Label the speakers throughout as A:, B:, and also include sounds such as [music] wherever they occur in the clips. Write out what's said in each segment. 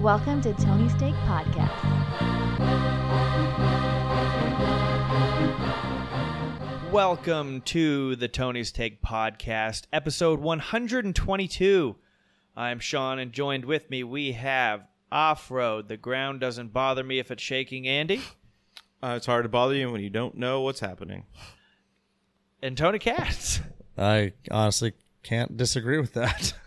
A: Welcome to Tony Steak Podcast.
B: Welcome to the Tony's Take Podcast, episode 122. I'm Sean, and joined with me we have Off Road. The ground doesn't bother me if it's shaking, Andy.
C: Uh, it's hard to bother you when you don't know what's happening.
B: And Tony Katz.
D: I honestly can't disagree with that. [laughs]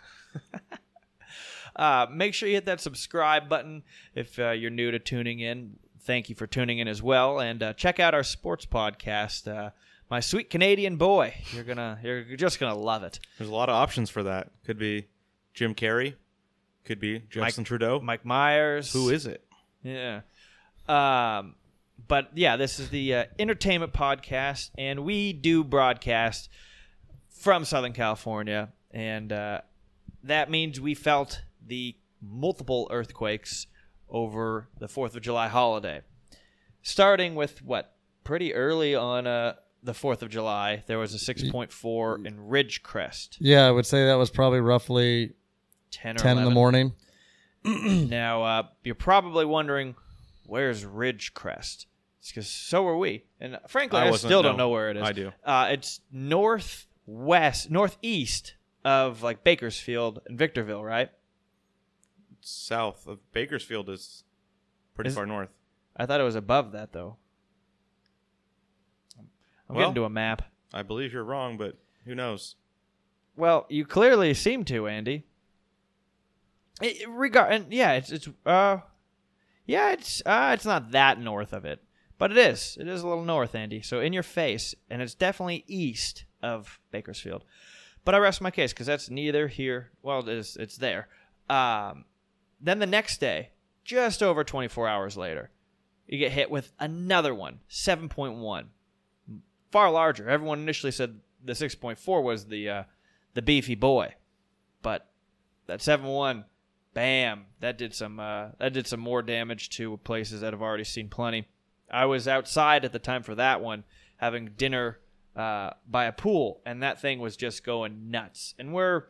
B: Uh, make sure you hit that subscribe button if uh, you're new to tuning in. Thank you for tuning in as well, and uh, check out our sports podcast, uh, "My Sweet Canadian Boy." You're gonna, you're just gonna love it.
C: There's a lot of options for that. Could be Jim Carrey, could be Justin Trudeau.
B: Mike Myers,
C: Who is it?
B: Yeah. Um, but yeah, this is the uh, entertainment podcast, and we do broadcast from Southern California, and uh, that means we felt the multiple earthquakes over the Fourth of July holiday, starting with what pretty early on uh, the Fourth of July. There was a six point four
D: Mm.
B: in Ridgecrest,
D: yeah, I would say that was probably roughly
B: ten or
D: 10 in the
B: 11.
D: morning.
B: Now, uh, you're probably wondering, where's Ridgecrest? It's because so are we. And frankly,
C: I
B: I,
C: wasn't-
B: still don't
C: no,
B: know where it is.
C: I do.
B: Uh, it's northwest, northeast of like Bakersfield and Victorville, right?
C: South of Bakersfield is pretty
B: Is-
C: far north.
B: I thought it was above that, though. I'm
C: Well-
B: getting to a map.
C: I believe you're wrong, but who knows?
B: Well, you clearly seem to, Andy. It, it- regard and yeah, it's it's uh, yeah, it's uh, it's not that north of it, but it is. It is a little north, Andy. So in your face, and it's definitely east of Bakersfield. But I rest my case because that's neither here. Well, it is. It's there. Um, then the next day, just over 24 hours later, you get hit with another one, 7.1, far larger. Everyone initially said the 6.4 was the uh, the beefy boy, but that 7.1, bam, that did some uh, that did some more damage to places that have already seen plenty. I was outside at the time for that one, having dinner uh, by a pool, and that thing was just going nuts. And we're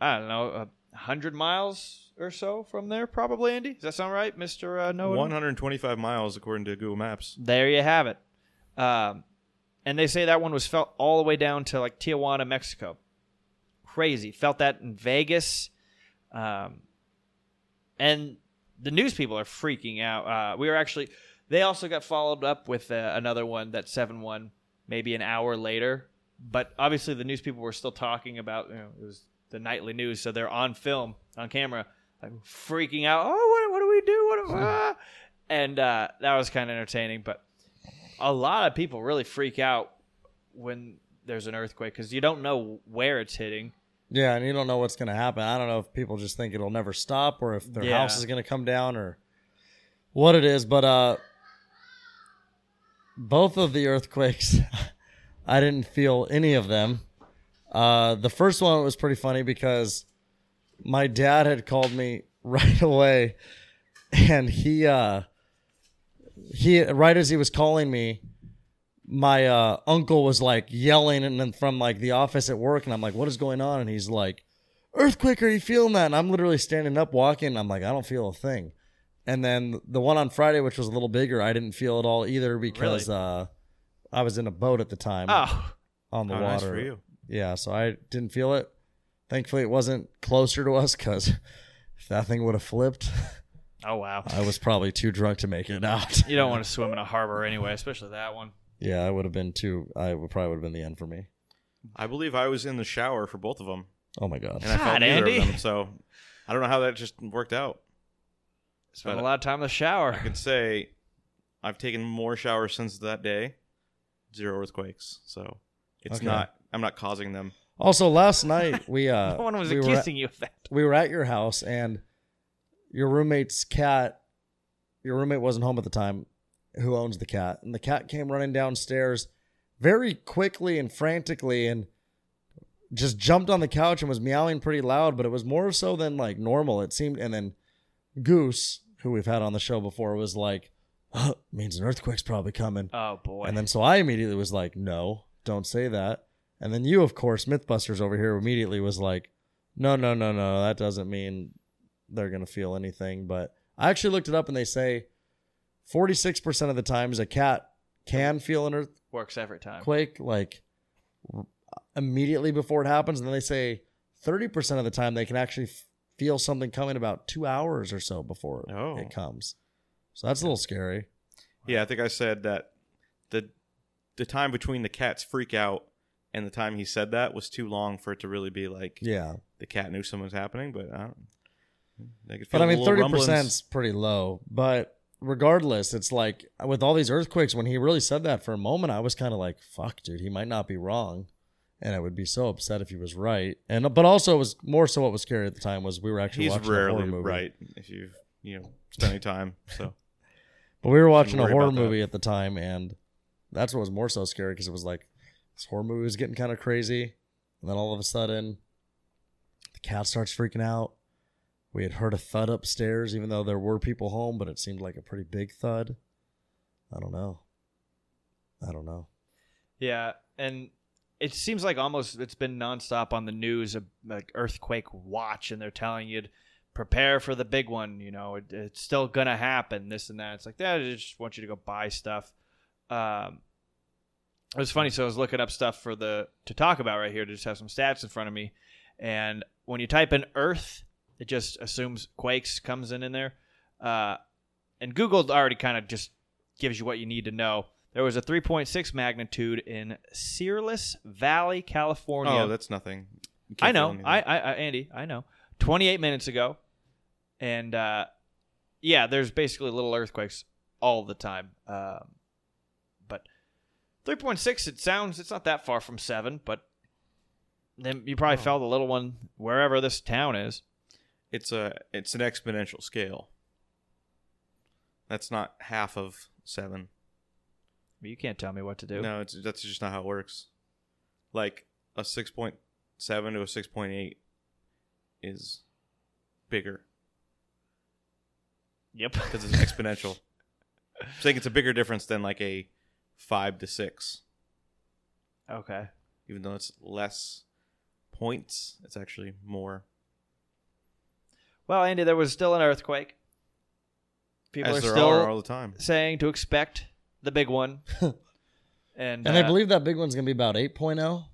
B: I don't know, a hundred miles or so from there, probably. Andy, does that sound right, Mister uh, Noah?
C: 125 miles according to Google Maps.
B: There you have it. Um, and they say that one was felt all the way down to like Tijuana, Mexico. Crazy. Felt that in Vegas. Um, and the news people are freaking out. Uh, we were actually, they also got followed up with uh, another one, that 7 1, maybe an hour later. But obviously, the news people were still talking about you know, it was the nightly news, so they're on film, on camera, like freaking out. Oh, what, what do we do? What do, ah?" And uh, that was kind of entertaining. But a lot of people really freak out when there's an earthquake because you don't know where it's hitting.
D: Yeah, and you don't know what's going to happen. I don't know if people just think it'll never stop or if their
B: Yeah.
D: house is going to come down or what it is, but uh both of the earthquakes [laughs] I didn't feel any of them. Uh the first one was pretty funny because my dad had called me [laughs] right away and he uh he right as he was calling me my uh, uncle was like yelling and then from like the office at work and I'm like what is going on and he's like earthquake are you feeling that and I'm literally standing up walking and I'm like I don't feel a thing and then the one on Friday which was a little bigger I didn't feel at all either because uh I was in a boat at the time
B: Oh,
D: on the
C: How
D: water
C: Ah. nice for you.
D: yeah, so I didn't feel it. Thankfully, it wasn't closer to us because if [laughs] that thing would have flipped, [laughs]
B: oh wow.
D: I was probably too drunk to make it out.
B: You don't want to swim in a harbor anyway, especially that one.
D: [laughs] Yeah, I would have been too. I would probably would have been the end for me.
C: I believe I was in the shower for both of them,
D: Oh my god.
C: and I
B: God,
C: felt neither
B: Andy.
C: of them. So I don't know how that just worked out.
B: Spent a
C: But
B: lot of time in the shower. [laughs]
C: I can say I've taken more showers since that day. Zero earthquakes. So it's
D: Okay.
C: not. I'm not causing them.
D: Also, last night we uh,
B: No [laughs] one was
D: we were at,
B: accusing you of that.
D: we were at your house and your roommate's cat. Your roommate wasn't home at the time. Who owns the cat? And the cat came running downstairs very quickly and frantically and just jumped on the couch and was meowing pretty loud, but it was more so than like normal. It seemed, and then Goose, who we've had on the show before, was like, "Huh, "Means an earthquake's probably coming."
B: Oh boy.
D: And then so I immediately was like, "No, don't say that." And then you, of course, MythBusters over here, immediately was like, "No, no, no, no, that doesn't mean they're going to feel anything. But I actually looked it up and they say 46% of the times a cat can feel an
B: Works every time.
D: earthquake like r- immediately before it happens. And then they say 30% of the time they can actually f- feel something coming about two hours or so before
C: Oh.
D: it comes. So that's a little scary.
C: Yeah, I think I said that the the time between the cat's freak out and the time he said that was too long for it to really be like
D: Yeah.
C: the cat knew something was happening, but I don't. They could feel
D: But I mean,
C: little
D: thirty percent
C: rumblings.
D: is pretty low. But regardless, it's like with all these earthquakes. When he really said that for a moment, I was kind of like, "Fuck, dude, he might not be wrong," and I would be so upset if he was right. And but also, it was more so what was scary at the time was we were actually
C: He's
D: watching a
C: rarely
D: horror movie.
C: right if you you know spend any time.
B: [laughs]
C: So
D: But we were watching a
C: worry
D: horror
C: about that.
D: movie at the time, and that's what was more so scary because it was like this horror movie was getting kind of crazy, and then all of a sudden, the cat starts freaking out. We had heard a thud upstairs, even though there were people home, but it seemed like a pretty big thud. I don't know. I don't know. [laughs]
B: Yeah, and it seems like almost it's been nonstop on the news, a- like earthquake watch, and they're telling you to prepare for the big one. You know, it, it's still gonna happen. This and that. It's like that. I just want you to go buy stuff. Um, it was funny. So I was looking up stuff for the to talk about right here to just have some stats in front of me, and when you type in Earth, it just assumes quakes comes in in there. Uh, and Google already kind of just gives you what you need to know. There was a 3.6 magnitude in Searles Valley, California.
C: oh, that's nothing. You can't
B: I know.
C: feel
B: I,
C: anything.
B: I, I, Andy, I know. 28 minutes ago, and uh, yeah, there's basically little earthquakes all the time. Um, but 3.6, it sounds it's not that far from seven, but then you
C: Oh.
B: probably felt a little one wherever this town is.
C: it's a it's an exponential scale. That's not half of seven.
B: You can't tell me what to do.
C: No, it's that's just not how it works. Like a six point seven to a six point eight is bigger
B: Yep. [laughs]
C: because it's exponential. I'm saying it's a bigger difference than like a five to six,
B: okay.
C: even though it's less points. It's actually more.
B: Well, Andy, there was still an earthquake. People
C: as
B: are
C: there
B: still
C: are all
B: [laughs]
C: the time.
B: saying to expect the big one. and
D: And I
B: uh,
D: believe that big one's gonna be about oh. 8.0.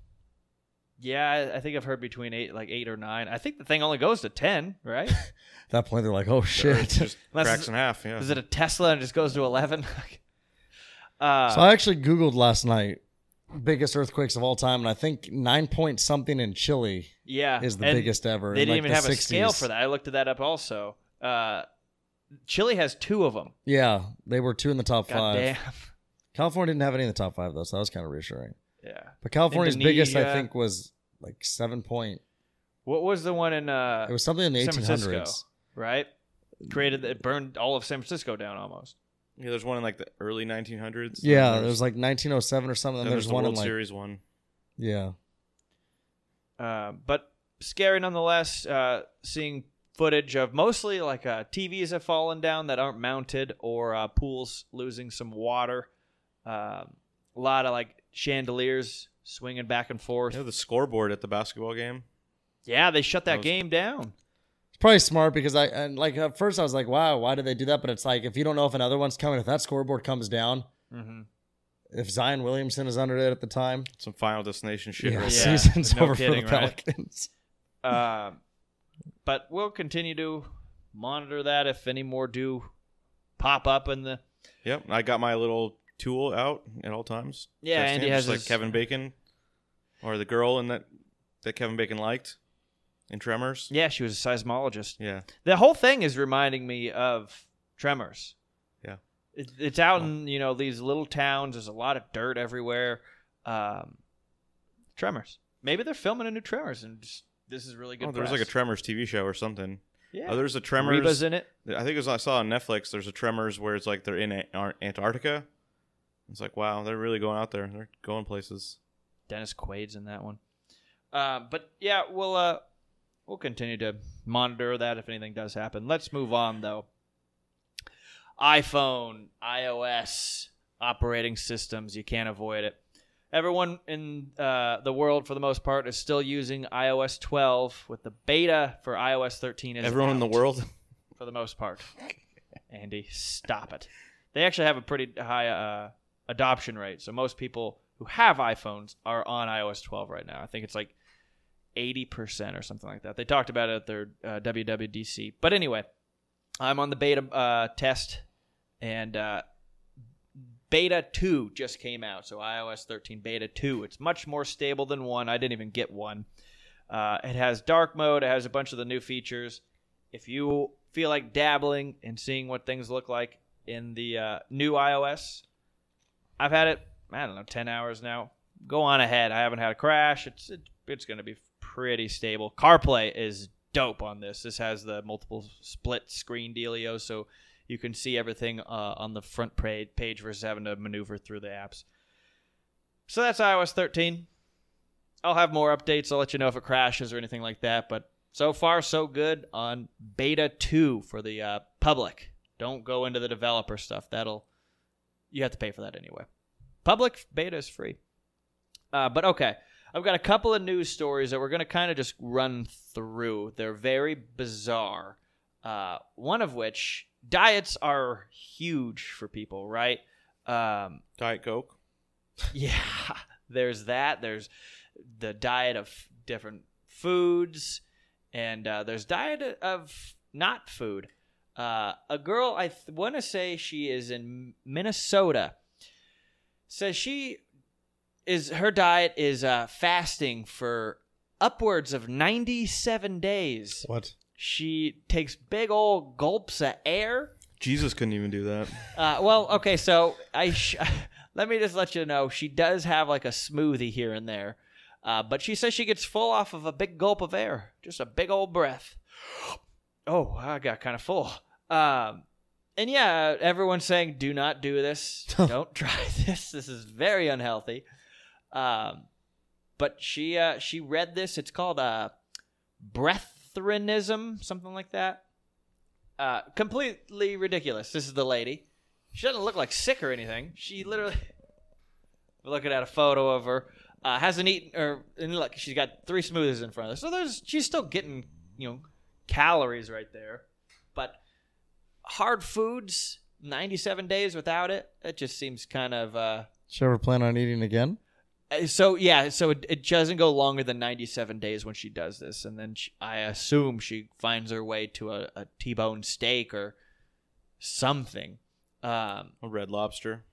B: yeah, I- I think I've heard between eight, like eight or nine. I think the thing only goes to ten, right?
D: At that point, they're like, "Oh
C: The Earth
D: shit." [laughs]
C: just
B: Unless
C: cracks
B: it's-
C: in half. Yeah.
B: Is it a Tesla and it just goes to eleven? [laughs] uh,
D: so I actually googled last night biggest earthquakes of all time, and I think nine point something in Chile
B: yeah,
D: is the
B: and
D: biggest ever.
B: They
D: in,
B: didn't
D: like,
B: even
D: the
B: have a
D: 60s.
B: scale for that. I looked that up also. Uh, Chile has two of them.
D: Yeah, they were two in the top
B: God
D: five.
B: damn. [laughs]
D: California didn't have any in the top five though, so that was kind of reassuring.
B: Yeah.
D: But California's biggest, I
B: Indonesia.
D: think, was like seven point.
B: What was the one in uh,
D: It was something in the
B: San
D: eighteen
B: Francisco.
D: hundreds.
B: right? Created it burned all of San Francisco down almost.
C: yeah, there's one in like the early 1900s. then
D: Yeah,
C: there's,
D: there was like nineteen oh seven or something.
C: then
D: And there's,
C: the
D: one in
C: World
D: like
C: Series one.
D: yeah,
B: Uh, but scary nonetheless. Uh, seeing footage of mostly like uh, TVs have fallen down that aren't mounted, or uh, pools losing some water. Um a lot of like chandeliers swinging back and forth.
C: You know the scoreboard at the basketball game.
B: Yeah, they shut that
C: That was-
B: game down.
D: it's probably smart because I and like at first I was like, wow, why did they do that? But it's like if you don't know if another one's coming, if that scoreboard comes down,
B: Mm-hmm.
D: if Zion Williamson is under it at the time,
C: Some Final Destination shit.
D: yeah,
C: right
B: Yeah,
D: season's
B: no
D: over
B: kidding,
D: for the
B: right?
D: Pelicans.
B: Uh, but we'll continue to monitor that if any more do pop up in the
C: Yep, I got my little tool out at all times.
B: Yeah,
C: Just
B: Andy
C: in,
B: has
C: just like
B: his-
C: Kevin Bacon, or the girl in that that Kevin Bacon liked in Tremors.
B: Yeah, she was a seismologist.
C: Yeah,
B: The whole thing is reminding me of Tremors.
C: Yeah.
B: it, it's out in you know these little towns. There's a lot of dirt everywhere. Um, Tremors. Maybe they're filming a new Tremors, and just, this is really good.
C: oh, there was like
B: press.
C: a Tremors TV show or something.
B: yeah.
C: Oh, there's a Tremors.
B: Reba's in it.
C: I think it was I saw on Netflix. There's a Tremors where it's like they're in Ant- Ar- Antarctica. It's like wow, they're really going out there. They're going places.
B: Dennis Quaid's in that one. Uh, but yeah, we'll uh, we'll continue to monitor that if anything does happen. Let's move on though. iPhone, iOS, operating systems, you can't avoid it. Everyone in uh, the world, for the most part, is still using iOS 12 with the beta for iOS 13. Is
C: Everyone in the
B: out,
C: world. [laughs]
B: for the most part. Andy, stop it. They actually have a pretty high uh, adoption rate, so most people who have iPhones are on iOS 12 right now. I think it's like 80% or something like that. They talked about it at their uh, WWDC. But anyway, I'm on the beta uh, test, and uh, beta 2 just came out. So iOS 13 beta 2. It's much more stable than 1. I didn't even get 1. Uh, it has dark mode, it has a bunch of the new features. If you feel like dabbling and seeing what things look like in the uh, new iOS, I've had it, I don't know, 10 hours now. Go on ahead. I haven't had a crash. It's it, it's going to be pretty stable. CarPlay is dope on this. This has the multiple split screen dealio, so you can see everything uh, on the front pra- page versus having to maneuver through the apps. So that's iOS 13. I'll have more updates. I'll let you know if it crashes or anything like that. But so far, so good on beta 2 for the uh, public. Don't go into the developer stuff. That'll you have to pay for that anyway. Public beta is free. Uh, but okay, I've got a couple of news stories that we're going to kind of just run through. They're very bizarre. Uh, one of which diets are huge for people, right? Um,
C: Diet Coke.
B: yeah, [laughs] there's that. There's the diet of different foods, and uh, there's diet of not food. Uh, a girl, I th- want to say she is in Minnesota, says she is her diet is uh, fasting for upwards of 97 days.
D: What?
B: She takes big old gulps of air.
C: Jesus couldn't even do that.
B: Uh, well, okay, so I sh- [laughs] let me just let you know she does have like a smoothie here and there, uh, but she says she gets full off of a big gulp of air, just a big old breath. [gasps] Oh, I got kind of full. Um, and yeah, everyone's saying do not do this, don't try [laughs] this. This is very unhealthy. Um, but she uh, she read this. It's called uh, breathrinism, something like that. Uh, completely ridiculous. This is the lady. She doesn't look like sick or anything. She literally [laughs] we're looking at a photo of her. Uh, hasn't eaten or and look, she's got three smoothies in front of her. So there's she's still getting, you know, calories right there. But hard foods, ninety seven days without it, it just seems kind of uh
D: Did you ever plan on eating again?
B: uh, so yeah, so it, it doesn't go longer than 97 days when she does this, and then she, I assume she finds her way to a, a T-bone steak or something. Um,
C: A red lobster.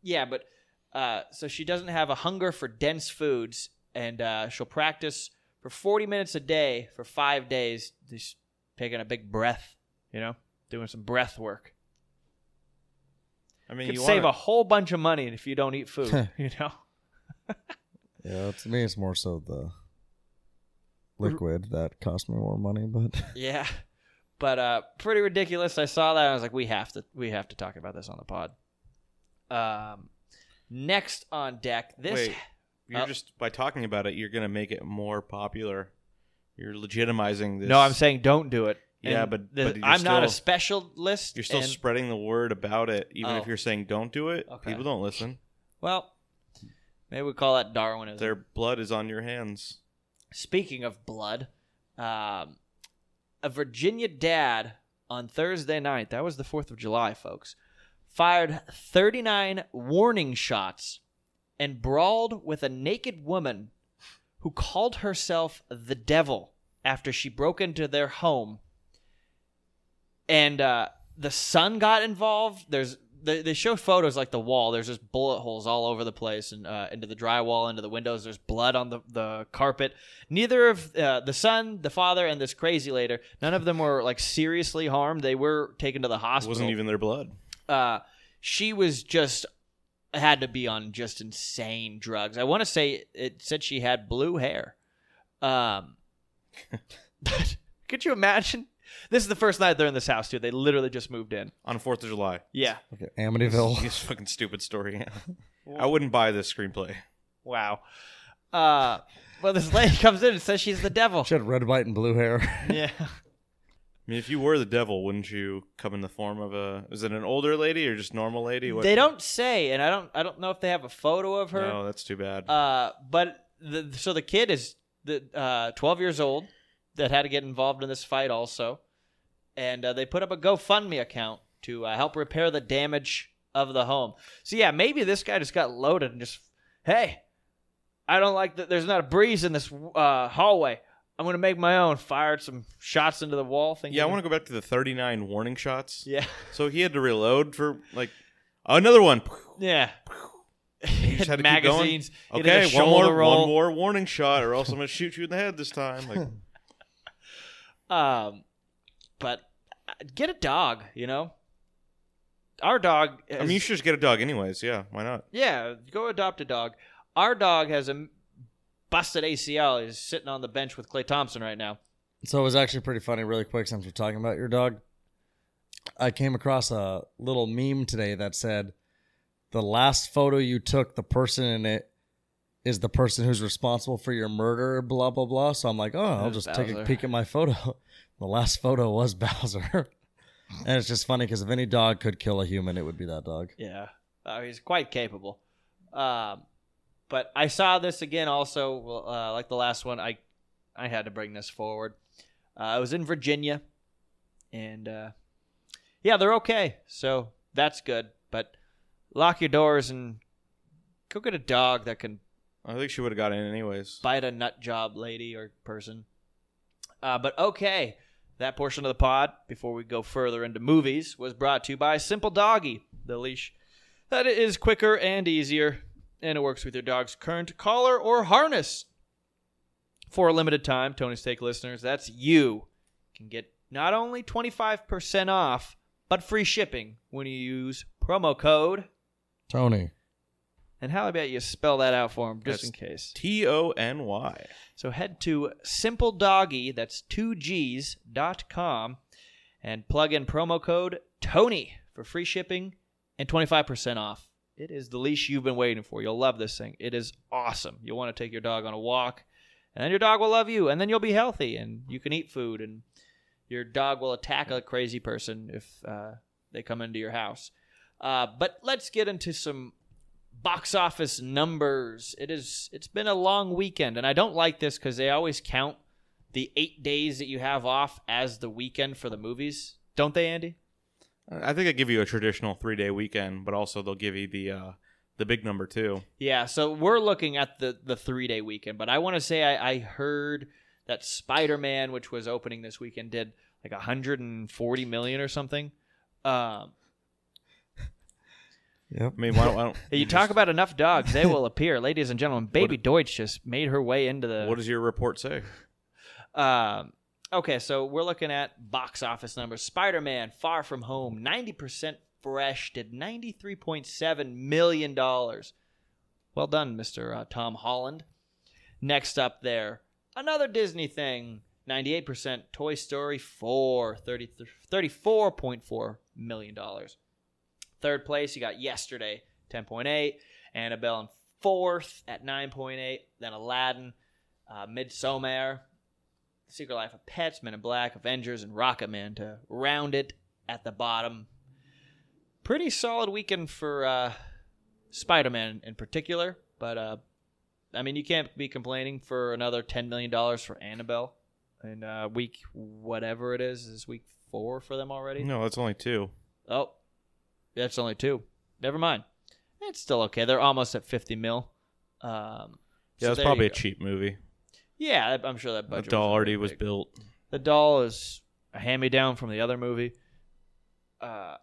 B: yeah, but uh, so she doesn't have a hunger for dense foods, and uh, she'll practice for 40 minutes a day for five days, just taking a big breath, you know, doing some breath work.
C: I mean,
B: Could
C: you
B: save a
C: want
B: whole bunch of money if you don't eat
C: [laughs]
B: food, you know.
D: Yeah, to me, it's more so the liquid that cost me more money, but [laughs]
B: Yeah. But uh pretty ridiculous. I saw that. I was like, we have to we have to talk about this on the pod. Um next on deck, this
C: Wait, you're
B: Uh,
C: just by talking about it, you're gonna make it more popular. You're legitimizing this.
B: No, I'm saying don't do it.
C: Yeah,
B: And
C: but-
B: the-
C: but you're
B: I'm not a
C: still-
B: specialist.
C: you're still
B: and-
C: spreading the word about it, even
B: Oh.
C: if you're saying don't do it.
B: Okay.
C: People don't listen.
B: well, maybe we call that Darwinism.
C: Their blood is on your hands.
B: Speaking of blood, um, a Virginia dad on Thursday night, that was the 4th of July, folks, fired 39 warning shots and brawled with a naked woman who called herself the devil after she broke into their home. And uh, the son got involved. There's they, they show photos like the wall. There's just bullet holes all over the place and uh, into the drywall, into the windows. There's blood on the, the carpet. Neither of uh, the son, the father, and this crazy lady, none of them were like seriously harmed. They were taken to the
C: It
B: hospital
C: wasn't even their blood.
B: uh, she was just had to be on just insane drugs. I want to say it said she had blue hair. Um, but [laughs] could you imagine? This is the first night they're in this house, too. They literally just moved in.
C: On Fourth of July.
B: Yeah.
D: okay,
C: This
B: Oh.
C: [laughs]
D: Amityville. [laughs]
C: is a fucking
B: [laughs]
C: stupid story. I wouldn't buy this screenplay.
B: Wow. Uh,
D: [laughs]
B: well, this lady comes in and says she's the devil.
D: She had red, white, and blue hair.
B: Yeah.
C: mean, if you were the devil, wouldn't you come in the form of a? Is it an older lady or just normal lady? What-
B: They don't say, and I don't. I don't know if they have a photo of her.
C: No, that's too bad.
B: Uh, but the, so the kid is the uh, 12 years old that had to get involved in this fight also, and uh, they put up a GoFundMe account to uh, help repair the damage of the home. So yeah, maybe this guy just got loaded and just hey, I don't like that. There's not a breeze in this uh, hallway. I'm gonna make my own. Fired some shots into the wall. Thinking,
C: yeah, I want to go back to the 39 warning shots.
B: Yeah, [laughs]
C: So he had to reload for like another one.
B: yeah.
C: You just had
B: [laughs]
C: to keep going.
B: Magazines. he did a
C: Okay, one more,
B: shoulder roll.
C: one more warning shot, or else I'm gonna shoot you in the head this time.
B: [laughs]
C: Like,
B: Um, but uh, get a dog. You know, our dog. Has,
C: I mean, you should just get a dog, anyways. Yeah, why not?
B: yeah, go adopt a dog. Our dog has a m- busted ACL. He's sitting on the bench with Clay Thompson right now.
D: [laughs] So it was actually pretty funny, really quick, since we're talking about your dog. I came across a little meme today that said, The last photo you took, the person in it is the person who's responsible for your murder, blah, blah, blah. So I'm like, Oh, I'll
B: There's
D: just take a
B: Bowser.
D: peek at my photo. [laughs] The last photo was Bowser. [laughs] and it's just funny because if any dog could kill a human, it would be that dog.
B: Yeah, uh, he's quite capable. Um, but I saw this again also, well, uh, like the last one. I I had to bring this forward. Uh, I was in Virginia, and uh, yeah, they're okay, so that's good. But lock your doors and go get a dog that can
C: I think she would have got in anyways.
B: bite a nut job lady or person. Uh, but okay, that portion of the pod, before we go further into movies, was brought to you by Simple Doggy, the leash that is quicker and easier, and it works with your dog's current collar or harness. For a limited time, Tony Steak listeners, that's you can get not only 25% off, but free shipping when you use promo code.
D: Tony.
B: And how about you spell that out for him just in
C: That's
B: case?
C: T O N Y.
B: So head to Simple Doggy, that's two G's, dot com, and plug in promo code TONY for free shipping and 25% off. It is the leash you've been waiting for. You'll love this thing. It is awesome. You'll want to take your dog on a walk, and then your dog will love you, and then you'll be healthy, and you can eat food, and your dog will attack a crazy person if uh, they come into your house. Uh, but let's get into some box office numbers. It is it's been a long weekend and I don't like this cuz they always count the 8 days that you have off as the weekend for the movies. Don't they, Andy?
C: I think they give you a traditional three day weekend, but also they'll give you the uh, the big number too.
B: Yeah, so we're looking at the the 3-day weekend, but I want to say I I heard that Spider-Man which was opening this weekend did like 140 million or something. Um
D: Yep.
C: I mean, why don't,
B: [laughs]
C: why don't
B: you talk about enough dogs, they will appear, ladies and gentlemen. Baby Deutsch just made her way into the
C: What does your report say?
B: Um, okay, so we're looking at box office numbers. Spider Man Far From Home, 90% fresh, did $93.7 million. Well done, Mr. Uh, Tom Holland. Next up there, another Disney thing, 98% Toy Story 4, 30, $34.4 million. Third place, you got Yesterday, 10.8, Annabelle in fourth at 9.8, then Aladdin, uh, Midsommar, Secret Life of Pets, Men in Black, Avengers, and Rocket Man to round it at the bottom. Pretty solid weekend for uh, Spider Man in particular, but uh, I mean, you can't be complaining for another $10 million for Annabelle in uh, week whatever it is. Is week four for them already?
C: No, that's only two.
B: Oh, that's only two. Never mind. It's still okay. They're almost at 50 mil. Um,
C: Yeah,
B: so
C: it's
B: there
C: probably
B: you go.
C: a cheap movie.
B: Yeah, I- I'm sure that
C: The
B: budget
C: doll
B: wasn't
C: already
B: very
C: was
B: big.
C: built.
B: The doll is a hand me down from the other movie. Uh,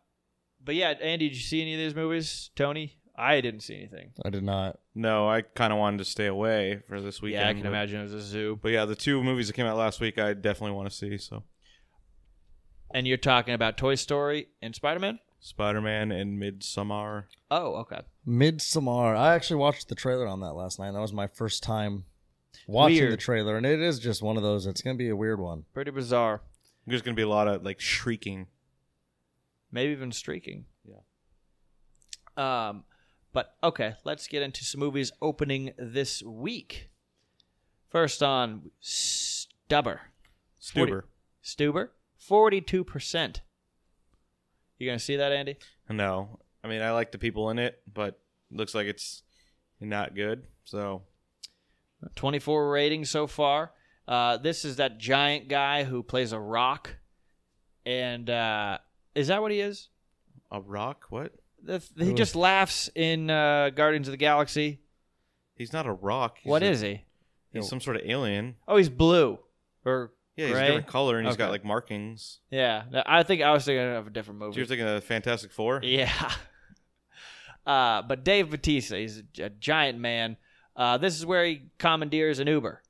B: but yeah, Andy, did you see any of these movies? Tony, I didn't see anything.
D: I did not.
C: No, I kind of wanted to stay away for this weekend.
B: yeah, I can
C: but-
B: imagine it was a zoo.
C: But yeah, the two movies that came out last week, I definitely want to see. So
B: And you're talking about Toy Story and Spider Man?
C: Spider Man and Midsommar.
B: Oh, okay.
D: Midsommar. I actually watched the trailer on that last night. That was my first time watching the
B: Weird.
D: trailer, and it is just one of those. It's gonna be a weird one.
B: Pretty bizarre.
C: There's gonna be a lot of like shrieking.
B: Maybe even streaking. Yeah. Um, but okay, let's get into some movies opening this week. First on Stubber.
C: Stuber.
B: Stuber. Forty-two percent. You gonna see that, Andy?
C: No, I mean I like the people in it, but looks like it's not good. So
B: 24 ratings so far. Uh, this is that giant guy who plays a rock, and uh, is that what he is?
C: a rock? What?
B: The- He just laughs in uh, Guardians of the Galaxy.
C: He's not a rock. He's
B: What
C: a-
B: is he?
C: He's some sort of alien.
B: Oh, he's blue or
C: Yeah, he's
B: Gray?
C: a different color and he's got
B: Okay.
C: like markings.
B: yeah. No, I think I was thinking of a different
C: So
B: movie.
C: you're thinking of Fantastic Four?
B: [laughs] Yeah. Uh, but Dave Batista, he's a, a giant man. Uh, this is where he commandeers an Uber,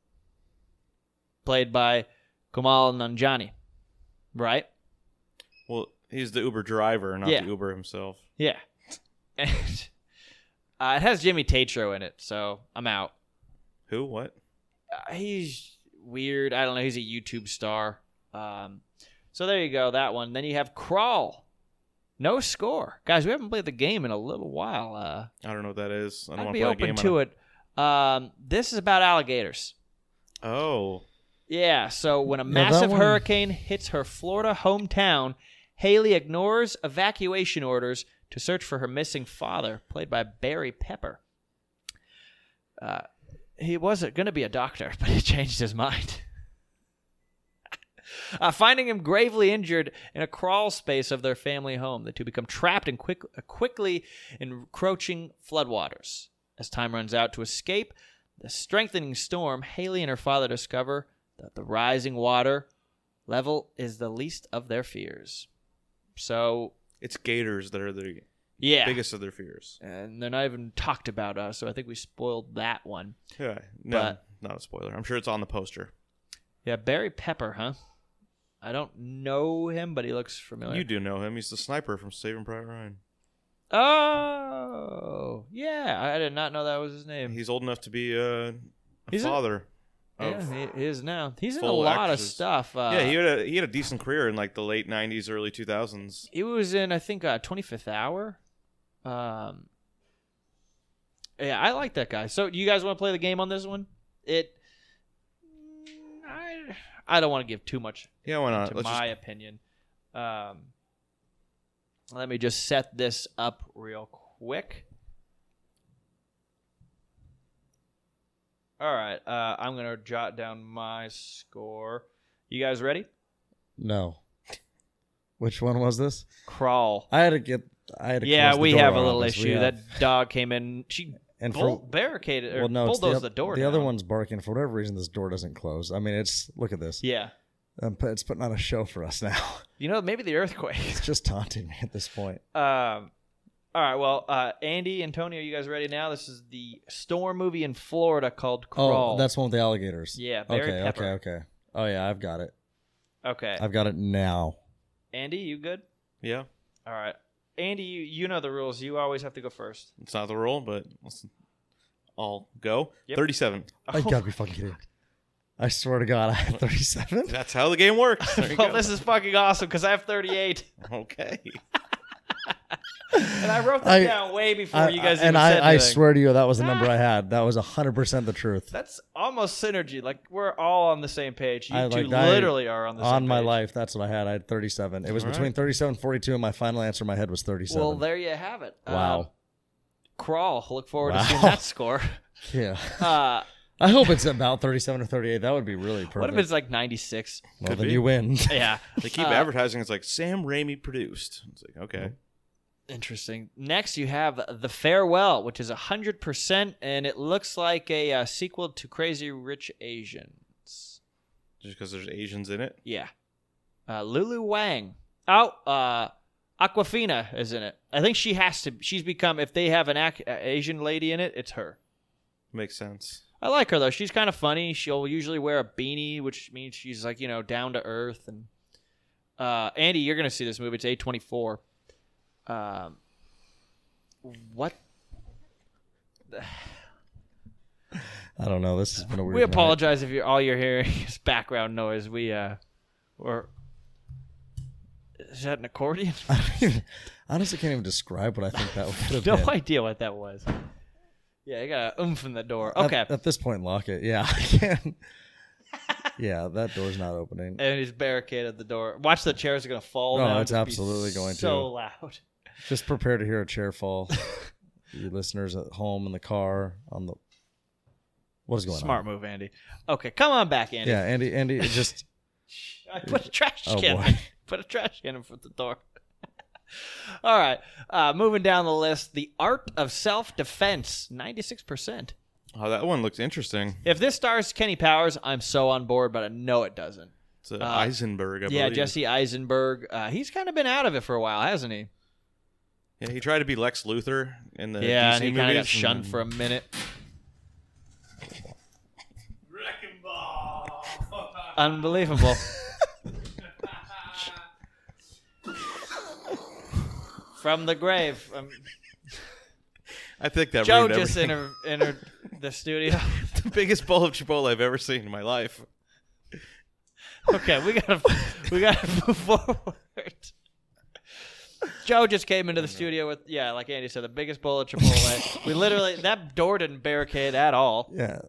B: played by Kamal Nanjani, right?
C: Well, he's the Uber driver, not
B: Yeah.
C: the Uber himself.
B: Yeah. [laughs] And uh, it has Jimmy Tatro in it, so I'm out.
C: Who? What?
B: Uh, he's weird. I don't know. He's a YouTube star. Um, so there you go, that one. Then you have Crawl. No score. Guys, we haven't played the game in a little while. Uh,
C: I don't know what that is. I don't
B: I'd
C: want
B: be
C: to play
B: open
C: a game
B: to
C: on
B: it. Um, this is about alligators.
C: A... Oh,
B: Yeah, so when a
D: Yeah, that
B: massive
D: one-
B: hurricane hits her Florida hometown, Haley ignores evacuation orders to search for her missing father, played by Barry Pepper. Uh, he wasn't going to be a doctor, [laughs] but he changed his mind. Uh, finding him gravely injured in a crawl space of their family home, the two become trapped in quick, uh, quickly encroaching floodwaters. As time runs out to escape the strengthening storm, Haley and her father discover that the rising water level is the least of their fears. So,
C: it's gators that are the
B: yeah.
C: biggest of their fears.
B: and they're not even talked about us, so I think we spoiled that one.
C: Yeah, no,
B: But-
C: not a spoiler. I'm sure it's on the poster.
B: Yeah, Barry Pepper, huh? I don't know him, but he looks familiar.
C: You do know him. He's the sniper from Saving Private Ryan.
B: Oh, yeah. I did not know that was his name.
C: He's old enough to be uh, a
B: He's a-
C: father.
B: yeah,
C: of-
B: he- he is now. He's in a
C: full
B: lot of
C: actors.
B: stuff. Uh,
C: yeah, he had a he had a decent career in like the late '90s, early 2000s.
B: It was in I think uh, 25th hour. Um, yeah, I like that guy. So, do you guys want to play the game on this one? It, I, I don't want to give too much
C: Yeah, why
D: Uh,
C: not?
B: to
C: Let's just-
B: my opinion. Um, let me just set this up real quick. All right, uh, I'm gonna jot down my score. You guys ready?
D: No. Which one was this?
B: Crawl.
D: I had to get. I had to.
B: Yeah,
D: close the
B: we
D: door
B: have a
D: on
B: little
D: this. We
B: issue.
D: have-
B: That dog came in. She
D: and
B: bull-
D: for
B: barricaded or
D: well, no, it's
B: bulldozed the,
D: the, oth-
B: door.
D: The other
B: down.
D: one's barking for whatever reason. This door doesn't close. I mean, it's look at this.
B: Yeah.
D: Um, but it's putting on a show for us [laughs] now.
B: You know, maybe the earthquake. [laughs]
D: It's just taunting me at this point.
B: Um, all right. Well, uh, Andy, Antonio, you guys ready now? This is the storm movie in Florida called Crawl.
D: Oh, that's one with the alligators.
B: yeah. Barry
D: Okay.
B: Pepper.
D: Okay. Okay. Oh yeah, I've got it.
B: Okay.
D: I've got it now.
B: Andy, you good?
C: yeah,
B: All right. Andy, you, you know the rules. You always have to go first.
C: it's not the rule, but let's, I'll go.
B: Yep.
C: 37.
B: Oh,
D: I gotta be fucking kidding. I swear to God, I had 37.
C: That's how the game
B: [laughs]
C: works. There you
B: [laughs] well,
C: go.
B: this is fucking awesome because I have 38,
C: okay.
B: and I wrote that
D: I-
B: down way [laughs] before
D: I-
B: you guys even said
D: and I, I
B: anything. Ah.
D: swear to you, that was the number I had. That was 100% the truth.
B: That's almost synergy. Like we're all on the same page. You
D: I-
B: two
D: like, I-
B: literally are on the same
D: On my
B: page.
D: life, that's what I had. I had 37. It was
C: All right.
D: between 37 and 42, and my final answer in my head was 37.
B: Well, there you have it.
D: wow.
B: Um, crawl. Look forward to seeing
D: Wow.
B: that score. [laughs]
D: yeah. [laughs]
B: Uh,
D: I hope it's about 37 or 38. That would be really perfect.
B: what if it's like 96?
D: well,
C: could
D: then
C: be.
D: you win. [laughs]
B: Yeah.
C: They keep
B: Uh, Mm-hmm.
C: advertising. It's like Sam Raimi produced. It's like okay,
B: Interesting. Next, you have The Farewell, which is 100%, and it looks like a uh, sequel to Crazy Rich Asians.
C: just because there's Asians in it.
B: Yeah. Uh, Lulu Wang. Oh, uh, Aquafina is in it. I think she has to. She's become, if they have an ac- uh, Asian lady in it, it's her.
C: Makes sense.
B: I like her though. She's kind of funny. She'll usually wear a beanie, which means she's like you know down to earth. And uh, Andy, you're gonna see this movie. It's eight twenty four. Um, what?
D: I don't know. This has been a weird
B: We
D: night.
B: apologize if you're all you're hearing is background noise. We uh, or is that an accordion?
D: [laughs] [laughs] I don't even- I honestly can't even describe what I think that would
B: [laughs]
D: have
B: no
D: been.
B: idea what that was. Yeah, I got a oomph in the door.
D: At-
B: Okay.
D: [laughs]
B: [laughs]
D: At, this point, lock it. Yeah, I can. Yeah, that door's not opening.
B: and he's barricaded the door. Watch the chairs are gonna fall.
D: Oh,
B: now.
D: it's
B: Just be
D: absolutely going to.
B: So loud.
D: Just prepare to hear a chair fall. [laughs] you listeners at home in the car on the what is going
B: Smart
D: on?
B: move, Andy. Okay, come on back, Andy.
D: Yeah, Andy. Andy, it just
B: I put a trash
D: Oh,
B: can.
D: boy.
B: in- [laughs] Put a trash can in front of the door. [laughs] All right. Uh, moving down the list, the art of self defense, ninety six percent.
C: Oh, that one looks interesting.
B: If this stars Kenny Powers, I'm so on board, but I know it doesn't.
C: It's a Eisenberg, I
B: Uh, yeah,
C: believe.
B: Jesse Eisenberg. Uh, he's kind of been out of it for a while, hasn't he?
C: Yeah, he tried to be Lex Luthor in the
B: yeah,
C: DC
B: and he
C: Uh, movies. Mm-hmm.
B: kind of got shunned for a minute. Unbelievable. From the grave. Um,
C: I think that
B: Joe
C: ruined
B: just
C: everything.
B: entered, entered the
C: [laughs]
B: studio.
C: the biggest bowl of Chipotle I've ever seen in my life.
B: Okay, we gotta we gotta [laughs] move forward. Joe just came into the studio with yeah, like Andy said, the biggest bowl of Chipotle. we literally that door didn't barricade at all. [laughs]
D: yeah.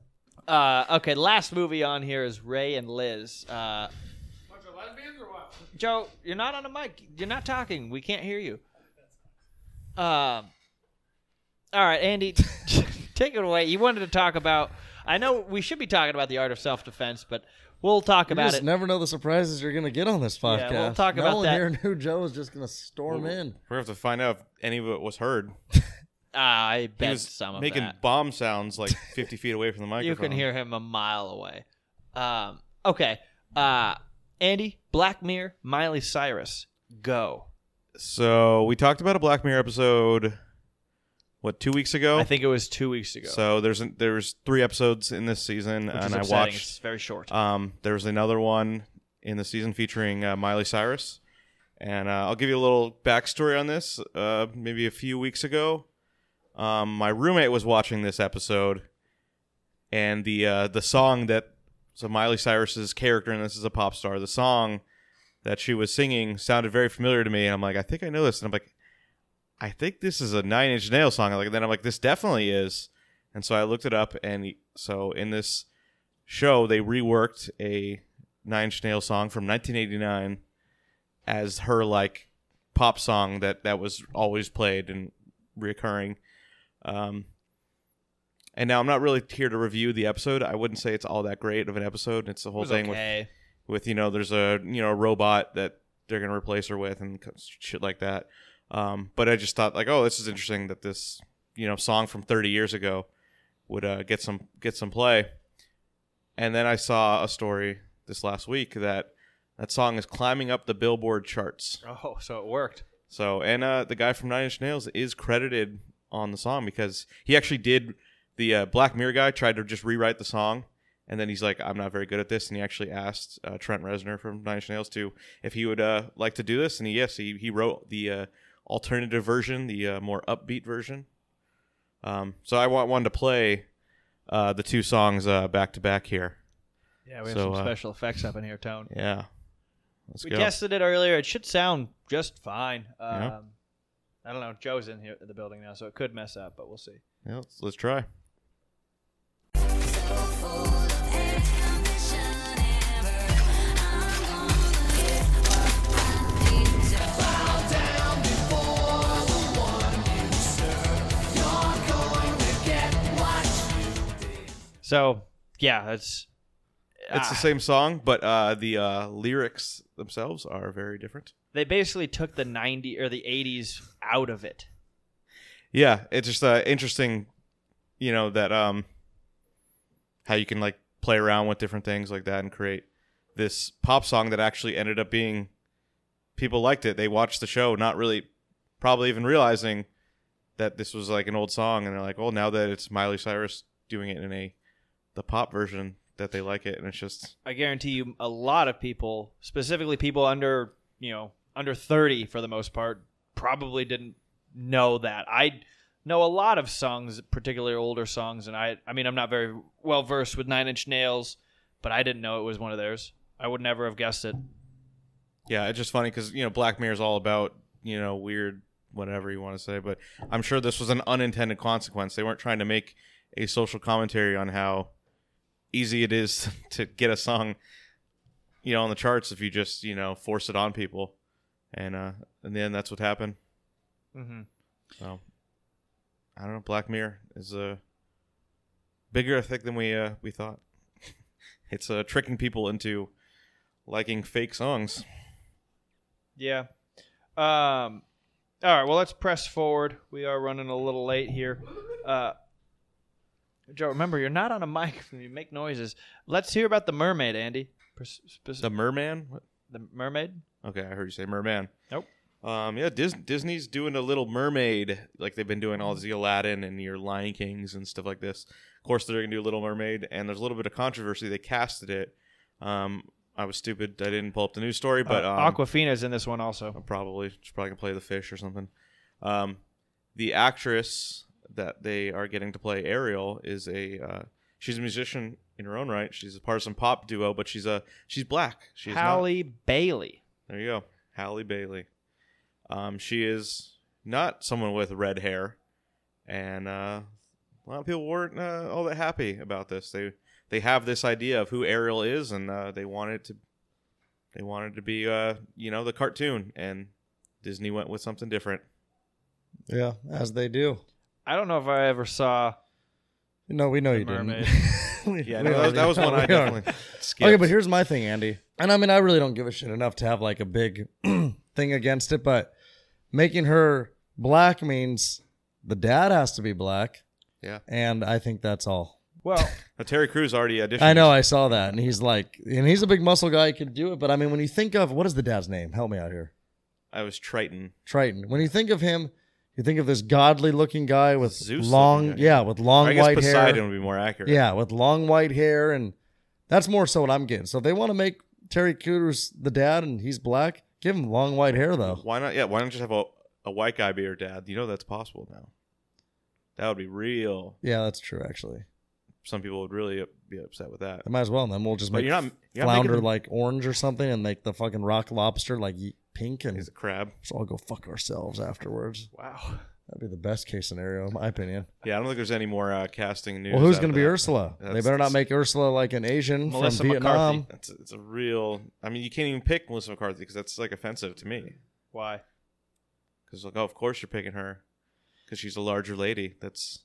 B: Uh, okay, last movie on here is Ray and Liz. Uh, Joe, you're not on the mic. You're not talking. We can't hear you. Um. All right, Andy, [laughs] take it away. You wanted to talk about. I know we should be talking about the art of self defense, but we'll talk
D: You
B: about
D: just
B: it.
D: never know the surprises you're gonna get on this
B: Yeah,
D: podcast.
B: we'll talk about
D: no
B: that.
D: one here knew Joe was just gonna storm in.
C: We're gonna have to find out if any of it was heard.
B: I
C: He
B: bet
C: was
B: some of
C: making
B: that.
C: bomb sounds like [laughs] 50 feet away from the microphone.
B: You can hear him a mile away. Um. Okay. Uh. Andy, Black Mirror, Miley Cyrus, go.
C: So we talked about a Black Mirror episode. What two weeks ago?
B: I think it was two weeks ago.
C: Oh. So there's an, there's three episodes in this season,
B: which
C: and
B: is
C: I
B: upsetting.
C: watched.
B: It's very short.
C: Um, there was another one in the season featuring uh, Miley Cyrus, and uh, I'll give you a little backstory on this. Uh, maybe a few weeks ago, um, my roommate was watching this episode, and the uh, the song that so Miley Cyrus's character, and this is a pop star. The song that she was singing sounded very familiar to me, and I'm like, I think I know this, and I'm like, I think this is a Nine Inch Nail song. Like, then I'm like, this definitely is, and so I looked it up, and so in this show, they reworked a Nine Inch Nail song from 1989 as her like pop song that that was always played and reoccurring. Um, and now I'm not really here to review the episode. I wouldn't say it's all that great of an episode. It's the
B: It
C: whole
B: was
C: thing with
B: okay.
C: with you know there's a you know a robot that they're gonna replace her with and c- shit like that. Um, but I just thought like, oh, this is interesting that this you know song from 30 years ago would uh, get some get some play. And then I saw a story this last week that that song is climbing up the Billboard charts.
B: Oh, so it worked.
C: So and uh, the guy from Nine Inch Nails is credited on the song because he actually did the uh, Black Mirror guy tried to just rewrite the song, and then he's like, "I'm not very good at this," and he actually asked uh, Trent Reznor from Nine Inch Nails to if he would uh, like to do this, and he, yes, he he wrote the uh, alternative version, the uh, more upbeat version. Um, so I want wanted to play uh, the two songs uh, back to back here.
B: Yeah,
C: we have So, some uh,
B: special effects up in here, Tone.
C: Yeah, let's
B: We
C: go.
B: tested it earlier. It should sound just fine. Um,
C: Yeah.
B: I don't know. Joe's in here the building now, so it could mess up, but we'll see.
C: Yeah, let's, let's try.
B: So yeah, ah, that's
C: It's the same song, but uh, the uh, lyrics themselves are very different.
B: they basically took the ninety or the eighties out of it.
C: Yeah, it's just uh, interesting, you know, that um, how you can like play around with different things like that and create this pop song that actually ended up being people liked it. They watched the show, not really, probably even realizing that this was like an old song, and they're like, "Well, now that it's Miley Cyrus doing it in a the pop version, that they like it," and it's just
B: I guarantee you, a lot of people, specifically people under you know under thirty for the most part, probably didn't know that. I know a lot of songs, particularly older songs, and I I mean I'm not very well versed with Nine Inch Nails, but I didn't know it was one of theirs. I would never have guessed it.
C: Yeah, it's just funny because you know Black Mirror is all about you know weird whatever you want to say, but I'm sure this was an unintended consequence. They weren't trying to make a social commentary on how easy it is [laughs] to get a song, you know, on the charts if you just you know force it on people, and uh, and then that's what happened.
B: Mm-hmm.
C: So I don't know. Black Mirror is uh, bigger, I think, than we uh, we thought. [laughs] it's uh, tricking people into liking fake songs.
B: Yeah. Um. All right. Well, let's press forward. We are running a little late here. Uh, Joe, remember you're not on a [laughs] mic. You make noises. Let's hear about the mermaid, Andy. Pers- spec-
C: The Merman. What?
B: the mermaid.
C: Okay, I heard you say Merman.
B: Nope.
C: Um, yeah, Dis- Disney's doing a Little Mermaid, like they've been doing all the Aladdin and your Lion Kings and stuff like this. Of course, they're gonna do Little Mermaid, and there's a little bit of controversy. They casted it. Um, I was stupid. I didn't pull up the news story, but
B: uh,
C: um, Oh,
B: Aquafina's in this one also.
C: Probably. She's probably gonna play the fish or something. Um, the actress that they are getting to play Ariel is a uh, she's a musician in her own right. She's a part of some pop duo, but she's a she's black. She's not,
B: Halle Bailey.
C: there you go, Halle Bailey. Um, she is not someone with red hair, and uh, a lot of people weren't uh, all that happy about this. They they have this idea of who Ariel is, and uh, they wanted to they wanted to be uh, you know the cartoon, and Disney went with something different.
D: Yeah, as they do.
B: I don't know if I ever saw.
D: No, we know
B: The
D: you
B: mermaid.
D: didn't. [laughs] We-
C: Yeah,
D: we
C: no, that,
D: already
C: that was
D: know.
C: one
D: [laughs] We
C: I
D: are.
C: definitely skipped.
D: Okay, but here's my thing, Andy. And I mean, I really don't give a shit enough to have like a big [clears throat] thing against it, but making her black means the dad has to be black.
C: Yeah.
D: And I think that's all.
B: Well, [laughs]
C: Now, Terry Crews already auditioned.
D: I know I saw that, and he's like, and he's a big muscle guy, he could do it. But I mean, when you think of what is the dad's name? Help me out here,
C: I was Triton.
D: Triton. When you think of him, you think of this godly-looking guy with
C: Zeus-looking
D: long,
C: guy.
D: yeah, with long
C: I guess
D: white
C: Poseidon
D: hair,
C: would be more accurate.
D: yeah, with long white hair, and that's more so what I'm getting. So if they want to make Terry Crews the dad, and he's black, give him long white hair though.
C: Why not? Yeah, why not just have a, a white guy be your dad? You know that's possible now. That would be real.
D: Yeah, that's true. Actually,
C: Some people would really be upset with that.
D: I might as well. And then we'll just
C: But
D: make
C: you're not, you're not
D: flounder
C: making
D: like orange or something, and make the fucking rock lobster like ye- pink,
C: the-
D: and
C: He's a crab.
D: let's all go fuck ourselves afterwards.
B: wow.
D: That'd be the best case scenario, in my opinion.
C: Yeah, I don't think there's any more uh, casting news.
D: well, who's
C: out
D: going
C: of
D: to be
C: that.
D: Ursula? they
C: That's-
D: better not make Ursula like an Asian
B: Melissa
D: from Vietnam.
B: McCarthy.
C: That's it's a real. I mean, you can't even pick Melissa McCarthy because that's like offensive to me.
B: Why?
C: Because like, oh, of course you're picking her because she's a larger lady. That's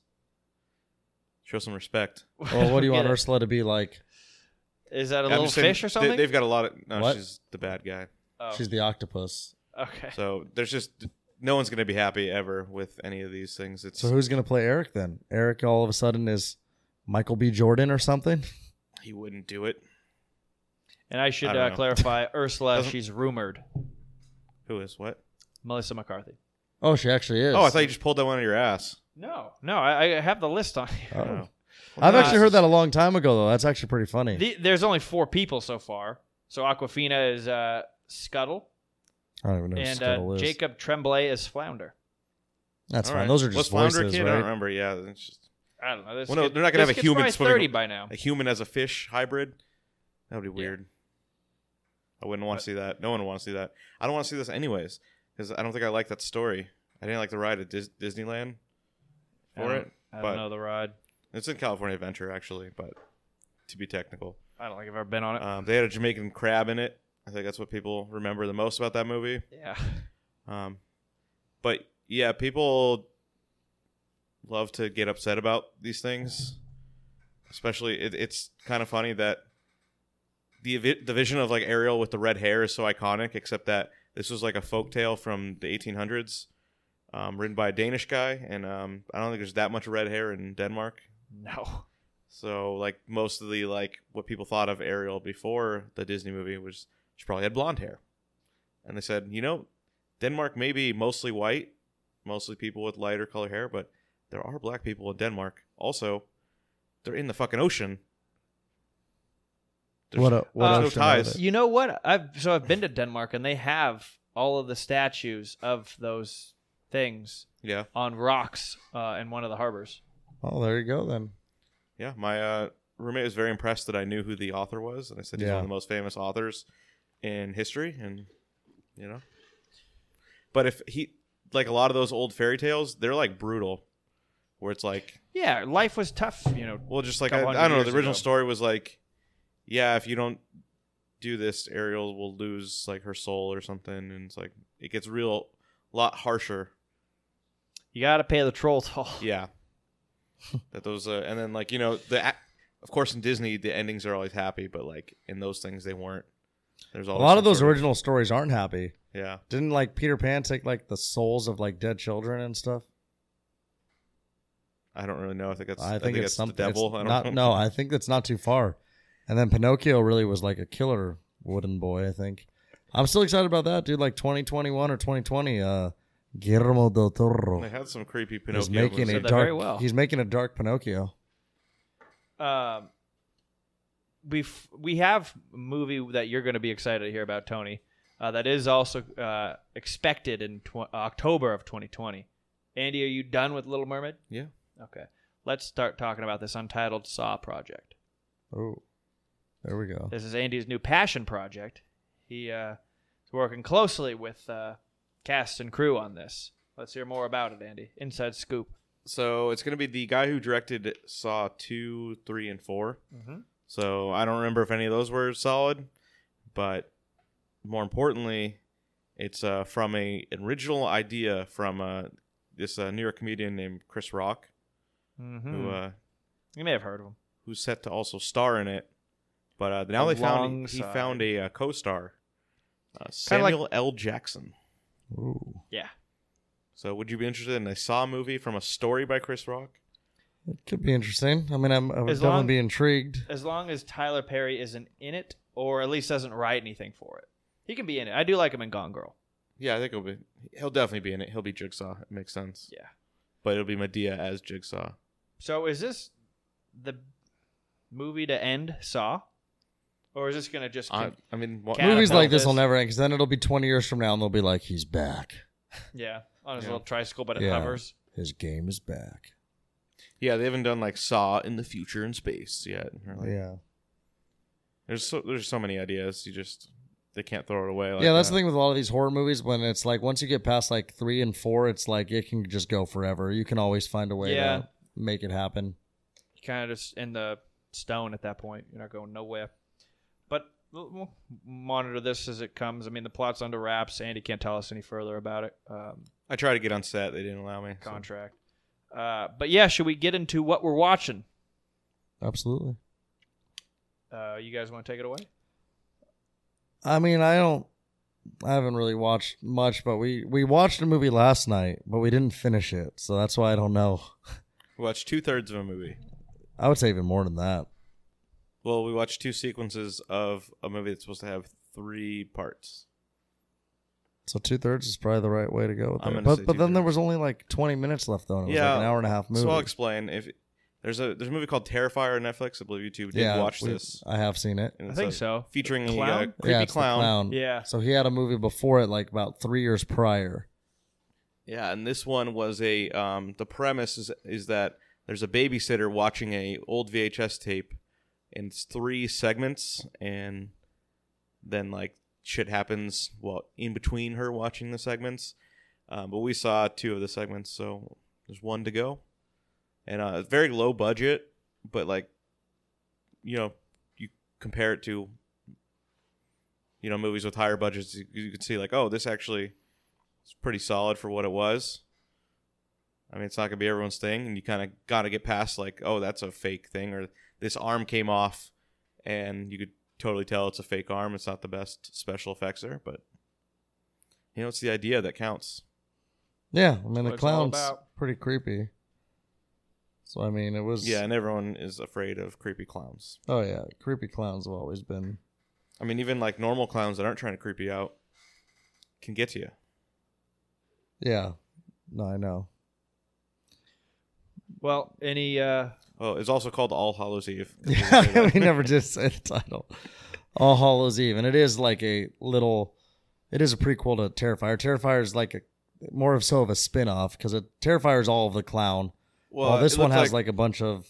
C: show some respect. [laughs]
D: Well, what do you
B: [laughs]
D: want
B: Get it.
D: Ursula to be like?
B: Is that a
C: I'm
B: little
C: just saying
B: fish or something?
C: They, have got a lot of. No,
D: What?
C: she's the bad guy.
B: Oh,
D: She's the octopus.
B: okay.
C: So there's just no one's going to be happy ever with any of these things. It's
D: So who's going to play Eric then? Eric all of a sudden is Michael B. Jordan or something? [laughs]
C: he wouldn't do it.
B: And I should
C: I don't
B: uh,
C: know. [laughs]
B: clarify, Ursula.
C: Doesn't-
B: She's rumored.
C: Who is what?
B: Melissa McCarthy.
D: Oh, she actually is.
C: Oh, I thought you just pulled that one out of your ass.
B: No, no, I, I have the list on here.
D: Oh.
C: Oh.
D: I've
B: Well,
D: actually
B: no,
D: heard that a long time ago though. That's actually pretty funny.
B: The, there's only four people so far. So Aquafina is uh, Scuttle,
D: I don't even know. who
B: and
D: Skittle
B: uh,
D: is.
B: Jacob Tremblay is Flounder.
D: That's
C: All
D: fine.
C: right.
D: Those are just
C: What's Flounder
D: voices,
C: Kid? I don't
D: right?
C: remember. Yeah, it's just
B: I don't know. This
C: Well, no,
B: kid-
C: they're not gonna
B: this
C: have a
B: kid's
C: human
B: probably
C: swimming-
B: Thirty by now.
C: a human as a fish hybrid. That would be weird. I wouldn't want to see that. No one would want to see that. I don't want to see this anyways because I don't think I like that story. I didn't like the ride at Dis- Disneyland
B: I
C: for
B: don't-
C: it.
B: I don't
C: but-
B: know the ride.
C: It's in California Adventure actually, but to be technical,
B: I don't think I've ever been on it.
C: um, they had a Jamaican crab in it. I think that's what people remember the most about that movie.
B: yeah,
C: Um, but yeah, people love to get upset about these things. Especially, it, it's kind of funny that the vi- the vision of like Ariel with the red hair is so iconic. Except that this was like a folk tale from the 1800s, um, written by a Danish guy, and um, I don't think there's that much red hair in Denmark.
B: [laughs] no.
C: So like most of the like what people thought of Ariel before the Disney movie was she probably had blonde hair. And they said, you know, Denmark may be mostly white, mostly people with lighter color hair, but there are black people in Denmark. Also, they're in the fucking ocean. There's-
D: What a- what
B: Uh,
D: ocean
C: no
D: is
C: ties.
B: [laughs]
C: [laughs]
D: it?
B: You know what? I've so I've been to Denmark, and they have all of the statues of those things
C: yeah.
B: on rocks uh, in one of the harbors.
D: Oh, there you go then.
C: Yeah, my uh, roommate was very impressed that I knew who the author was, and I said he's
D: Yeah.
C: one of the most famous authors in history, and you know. But if he like a lot of those old fairy tales, they're like brutal, where it's like,
B: Yeah, life was tough, you know.
C: well, just like I,
B: Couple hundred
C: I don't know. The
B: years
C: original
B: ago.
C: story was like, yeah, if you don't do this, Ariel will lose like her soul or something, and it's like it gets real lot harsher.
B: You got to pay the troll toll.
D: [laughs]
C: Yeah, that those uh, and then like you know the a- of course in Disney the endings are always happy, but like in those things they weren't. There's
D: A
C: always
D: lot
C: some
D: of those
C: sort
D: original stories aren't happy.
C: yeah.
D: Didn't like Peter Pan take like the souls of like dead children and stuff?
C: I don't really know. I think that's
D: I think, it's
C: that's
D: something.
C: the devil.
D: it's
C: I don't
D: not,
C: know.
D: No, I think that's not too far. And then Pinocchio really was like a killer wooden boy. I think I'm still excited about that, dude. Like 2021 or 2020. Uh, Guillermo
C: [laughs]
D: del
C: They
D: Toro
C: had some creepy
D: is
C: Pinocchio.
D: making
B: said
D: a
C: movies.
B: that
D: dark.
B: very well.
D: He's making a dark Pinocchio.
B: Um, we we have a movie that you're going to be excited to hear about, Tony. Uh, that is also uh, expected in tw- uh, October of 2020. Andy, are you done with Little Mermaid?
C: Yeah.
B: Okay. Let's start talking about this untitled Saw project.
D: Oh, there we go.
B: This is Andy's new passion project. He uh, is working closely with uh, cast and crew on this. Let's hear more about it, Andy. Inside scoop.
C: So it's gonna be the guy who directed Saw two, three, and four.
B: Mhm.
C: So I don't remember if any of those were solid, but more importantly, it's uh, from a an original idea from uh, this uh, New York comedian named Chris Rock,
B: Mm-hmm.
C: who uh,
B: you may have heard of him.
C: who's set to also star in it. But uh, now they found he
B: Alongside.
C: found a uh, co-star, uh,
B: like-
C: Samuel L. Jackson.
D: Ooh,
B: Yeah.
C: So would you be interested in a Saw movie from a story by Chris Rock?
D: it could be interesting. I mean, I'm, I would
B: As
D: definitely
B: long-
D: be intrigued.
B: As long as Tyler Perry isn't in it, or at least doesn't write anything for it, he can be in it. I do like him in Gone Girl.
C: Yeah, I think he'll be. He'll definitely be in it. He'll be Jigsaw. It makes sense.
B: Yeah.
C: But it'll be Medea as Jigsaw.
B: So is this the movie to end Saw, or is this gonna just?
C: I,
B: con-
C: I mean, what,
B: Cat-
D: Movies
B: Catapult
D: like this will
B: this.
D: never end because then it'll be 20 years from now and they'll be like, he's back.
B: yeah, on his
C: Yeah.
B: little tricycle, but it
D: Yeah.
B: hovers.
D: His game is back.
C: yeah, they haven't done like Saw in the future in space yet. Or, like,
D: Yeah.
C: There's so there's so many ideas. You just they can't throw it away. Like
D: yeah, that's
C: that.
D: the thing with a lot of these horror movies. When it's like once you get past like three and four, it's like it can just go forever. You can always find a way
B: Yeah.
D: to make it happen.
B: You kind of just in the stone at that point. You're not going nowhere. But we'll we'll monitor this as it comes. I mean, the plot's under wraps. Andy can't tell us any further about it. Um,
C: I tried to get on set. They didn't allow me. so.
B: contract. Uh, but yeah, should we get into what we're watching?
D: Absolutely.
B: Uh, you guys want to take it away?
D: I mean, I don't, I haven't really watched much, but we we watched a movie last night, but we didn't finish it, so that's why I don't know.
C: We watched two thirds of a movie.
D: I would say even more than that.
C: Well, we watched two sequences of a movie that's supposed to have three parts.
D: So two thirds is probably the right way to go with
C: I'm
D: it.
C: gonna say
D: But but then there
C: two-thirds.
D: was only like 20 minutes left though, and it was
C: Yeah,
D: like an hour and a half movie.
C: So I'll explain. If there's a there's a movie called Terrifier on Netflix, I believe YouTube did watch
D: we-
C: this.
D: I have seen it.
C: And
B: I
C: it's
B: think
C: a-
B: so.
C: Featuring
B: The
C: a uh,
B: clown?
C: creepy
D: yeah, it's the
C: clown.
D: clown.
B: Yeah.
D: So he had a movie before it, like about three years prior.
C: Yeah, and this one was a um, the premise is is that there's a babysitter watching a old VHS tape in three segments, and then like shit happens well in between her watching the segments. Uh, but we saw two of the segments, so there's one to go, and uh, it's very low budget, but like you know you compare it to you know movies with higher budgets, you, you can see like oh this actually it's pretty solid for what it was. I mean, it's not gonna be everyone's thing, and you kind of got to get past like, oh, that's a fake thing, or this arm came off, and you could totally tell it's a fake arm. It's not the best special effects there, but you know, it's the idea that counts.
D: Yeah, I
B: what
D: mean the
B: it's all
D: clown's
B: about.
D: pretty creepy. So I mean it was
C: Yeah, and everyone is afraid of creepy clowns.
D: Oh yeah, creepy clowns have always been.
C: I mean, even like normal clowns that aren't trying to creep you out can get to you.
D: Yeah, no, I know. [laughs]
B: Well, any uh,
C: Oh, it's also called All Hallows Eve.
D: [laughs] Yeah, we never did say the title. All Hallows Eve, and it is like a little. It is a prequel to Terrifier. Terrifier is like a more of so of a spin off because Terrifier is all of the clown. Well, this
C: it
D: one
C: looked
D: has like, a bunch of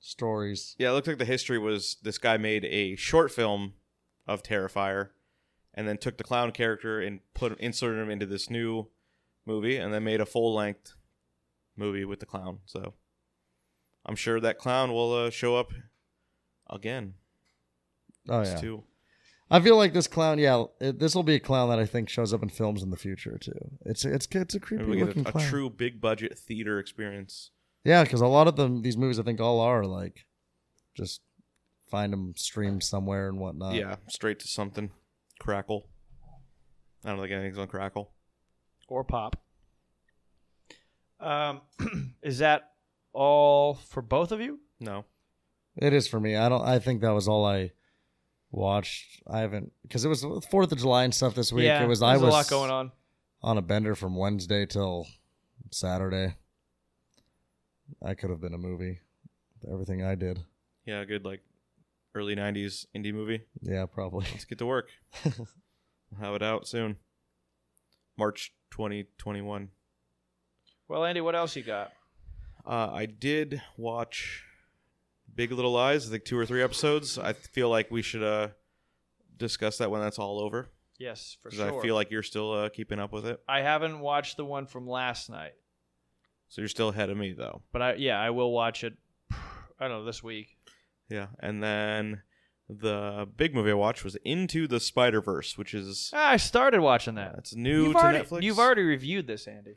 D: stories.
C: Yeah, it looked like the history was this guy made a short film of Terrifier, and then took the clown character and put inserted him into this new movie, and then made a full length movie with the clown. So I'm sure that clown will uh, show up again.
D: Oh
C: It's
D: yeah.
C: two.
D: I feel like this clown. Yeah, this will be a clown that I think shows up in films in the future too. It's it's it's a creepy
C: Maybe we get
D: looking
C: a, a
D: clown.
C: true big budget theater experience.
D: Yeah, because a lot of them, these movies, I think all are like, just find them streamed somewhere and whatnot.
C: yeah, straight to something. Crackle. I don't think anything's on Crackle.
B: or pop. Um, [clears throat] is that all for both of you?
C: No.
D: it is for me. I don't. I think that was all I watched. I haven't because it was Fourth of July and stuff this week.
B: yeah,
D: it was.
B: there's
D: I
B: a
D: was
B: lot going on.
D: on a bender from Wednesday till Saturday. I could have been a movie. Everything I did.
C: Yeah, a good like early '90s indie movie.
D: Yeah, probably.
C: Let's get
B: [laughs]
C: to work. We'll have it out soon. March 2021.
B: Well, Andy, what else you got?
C: Uh, I did watch Big Little Lies. I think two or three episodes. I feel like we should uh, discuss that when that's all over
B: Yes, for
C: because
B: sure.
C: I feel like you're still uh, keeping up with it.
B: I haven't watched the one from last night,
C: So you're still ahead of me though.
B: but I yeah, I will watch it. I don't know this week.
C: Yeah. And then the big movie I watched was Into the Spider Verse, which is
B: Ah, I started watching that.
C: that's new
B: you've
C: to
B: already,
C: Netflix.
B: You've already reviewed this, Andy.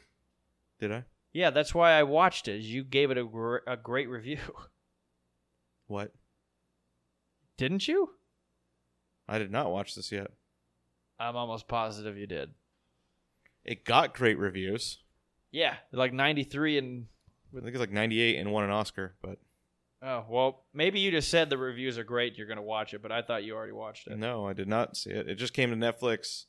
C: did I
B: Yeah, that's why I watched it. is You gave it a, gr- a great review, [laughs]
C: what?
B: didn't you?
C: I did not watch this yet.
B: I'm almost positive you did.
C: It got great reviews.
B: Yeah, like 93 and
C: I think it's like 98 and won an Oscar, but
B: oh well, maybe you just said the reviews are great. You're gonna watch it, but I thought you already watched it.
C: no, I did not see it. It just came to Netflix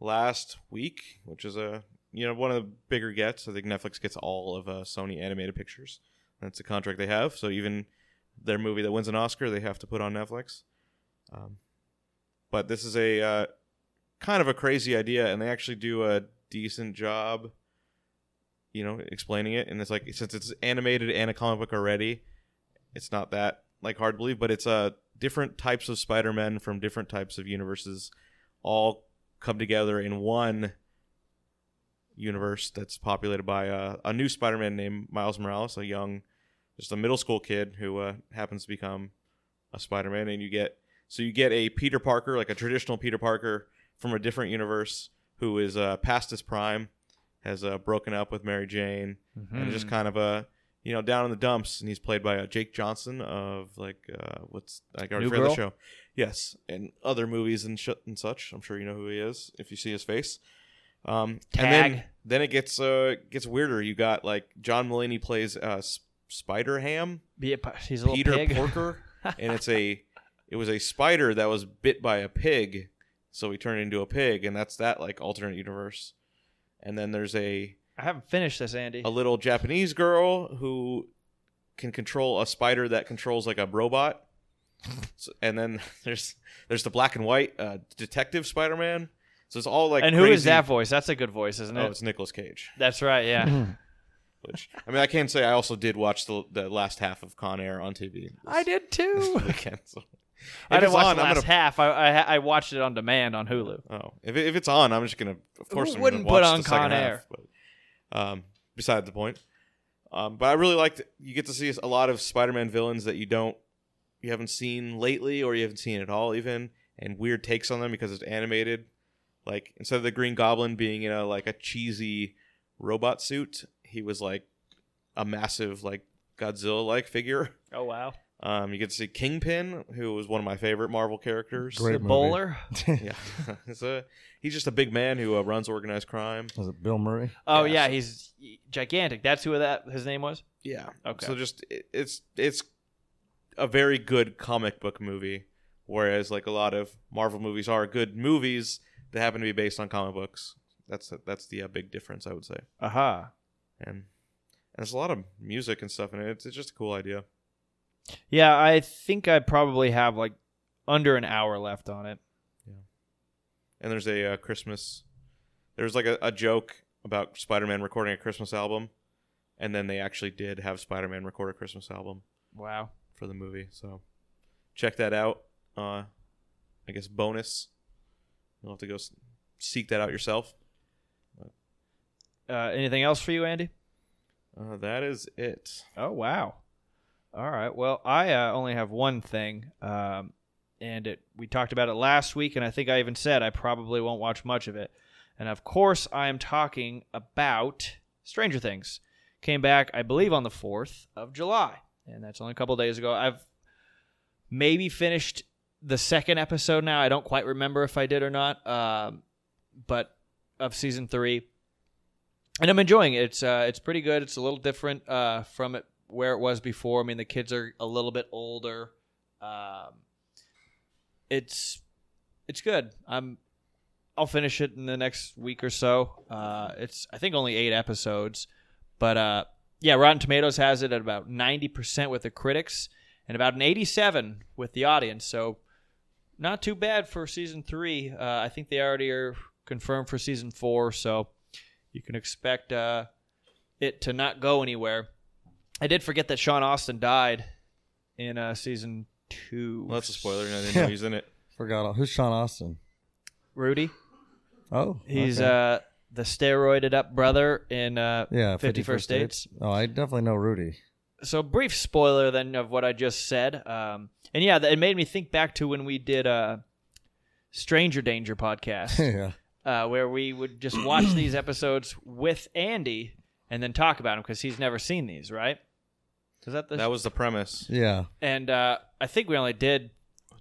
C: last week, which is a you know one of the bigger gets. I think Netflix gets all of uh, Sony animated pictures. That's the contract they have. So even their movie that wins an Oscar, they have to put on Netflix. Um, but this is a uh, kind of a crazy idea, and they actually do a decent job, you know, explaining it. And it's like since it's animated and a comic book already, it's not that like hard to believe. But it's uh, different types of Spider Men from different types of universes, all come together in one universe that's populated by uh, a new Spider Man named Miles Morales, a young, just a middle school kid who uh, happens to become a Spider Man, and you get so you get a Peter Parker, like a traditional Peter Parker from a different universe, who is uh, past his prime, has uh, broken up with Mary Jane, and
B: Hmm.
C: just kind of a you know down in the dumps. And he's played by uh, Jake Johnson of like uh, what's I already
B: New
C: forgot the
B: Girl?
C: show, yes, and other movies and sh- and such. I'm sure you know who he is if you see his face. Um, And
B: Tag.
C: then, then it gets uh gets weirder. You got like John Mulaney plays uh, S- Spider Ham,
B: Be a, p- he's a little
C: Peter
B: pig.
C: Porker, and it's a it was a spider that was bit by a pig, so he turned into a pig, and that's that like alternate universe. And then there's a
B: [laughs] I haven't finished this, Andy.
C: a little Japanese girl who can control a spider that controls like a robot. So, and then [laughs] there's there's the black and white uh, detective Spider-Man. So it's all like
B: and who is
C: crazy-
B: that voice? That's a good voice, isn't
C: Oh,
B: it?
C: it's Nicolas Cage.
B: That's right. Yeah,
C: Mm-hmm.
D: [laughs]
C: [laughs] Which I mean, I can say I also did watch the the last half of Con Air on TV.
B: [laughs] I did
C: This
B: too.
C: [laughs] weekend, so.
B: I
C: If
B: didn't
C: it's
B: watch
C: on,
B: the
C: I'm
B: last
C: gonna-
B: half. I, I I watched it on demand on Hulu.
C: Oh, if, it- if it's on, I'm just gonna. Of course, I'm
B: wouldn't
C: gonna watch
B: put on
C: the second
B: Con
C: half,
B: Air?
C: but, um, beside the point. Um, but I really liked. You get to see a lot of Spider-Man villains that you don't, you haven't seen lately, or you haven't seen at all, even, and weird takes on them because it's animated. Like instead of the Green Goblin being in a like a cheesy robot suit, he was like a massive like Godzilla-like figure.
B: Oh wow,
C: Um, you get to see Kingpin, who was one of my favorite Marvel characters.
D: Great
B: the
C: [laughs]
D: movie.
B: bowler.
C: Yeah, it's a, he's just a big man who uh, runs organized crime.
D: Was it Bill Murray?
B: Oh yeah,
C: Yeah, so-
B: he's gigantic. That's who that his name was.
C: Yeah.
B: Okay.
C: So just it, it's it's a very good comic book movie, whereas like a lot of Marvel movies are good movies that happen to be based on comic books. That's that's the uh, big difference, I would say.
B: Aha.
C: And, and there's a lot of music and stuff in it. It's, it's just a cool idea.
B: Yeah, I think I probably have like under an hour left on it.
C: and there's a uh, Christmas. There's like a, a joke about Spider-Man recording a Christmas album, and then they actually did have Spider-Man record a Christmas album
B: Wow.
C: for the movie. So check that out. Uh, I guess bonus. You'll have to go s- seek that out yourself.
B: Uh, anything else for you, Andy?
C: Uh, that is it.
B: Oh wow! All right. Well, I uh, only have one thing, um, and it we talked about it last week, and I think I even said I probably won't watch much of it. And of course, I am talking about Stranger Things. Came back, I believe, on the fourth of July, and that's only a couple days ago. I've maybe finished the second episode now. I don't quite remember if I did or not, um, but of season three and I'm enjoying it. It's uh, it's pretty good. It's a little different uh, from it where it was before. I mean, the kids are a little bit older. Um, it's it's good. I'm I'll finish it in the next week or so. Uh, it's I think only eight episodes, but uh, yeah, Rotten Tomatoes has it at about ninety percent with the critics and about an eighty-seven with the audience. So not too bad for season three. Uh, I think they already are confirmed for season four. So you can expect uh, it to not go anywhere. I did forget that Sean Austin died in uh, season two.
C: Well, that's a spoiler. and I didn't know
B: [laughs]
C: he's in it.
D: Forgot who's Sean Austin.
B: Rudy.
D: Oh,
B: He's
D: okay.
B: uh, the steroided up brother in uh,
D: yeah,
B: 50 First Dates.
D: Oh, I definitely know Rudy. [laughs]
B: so brief spoiler then of what I just said. Um, and yeah, that- it made me think back to when we did uh, Stranger Danger podcast.
D: [laughs] yeah,
B: uh, where we would just watch these episodes with Andy and then talk about them because he's never seen these, right? Is that the
C: That was the premise.
D: yeah.
B: and uh, I think we only did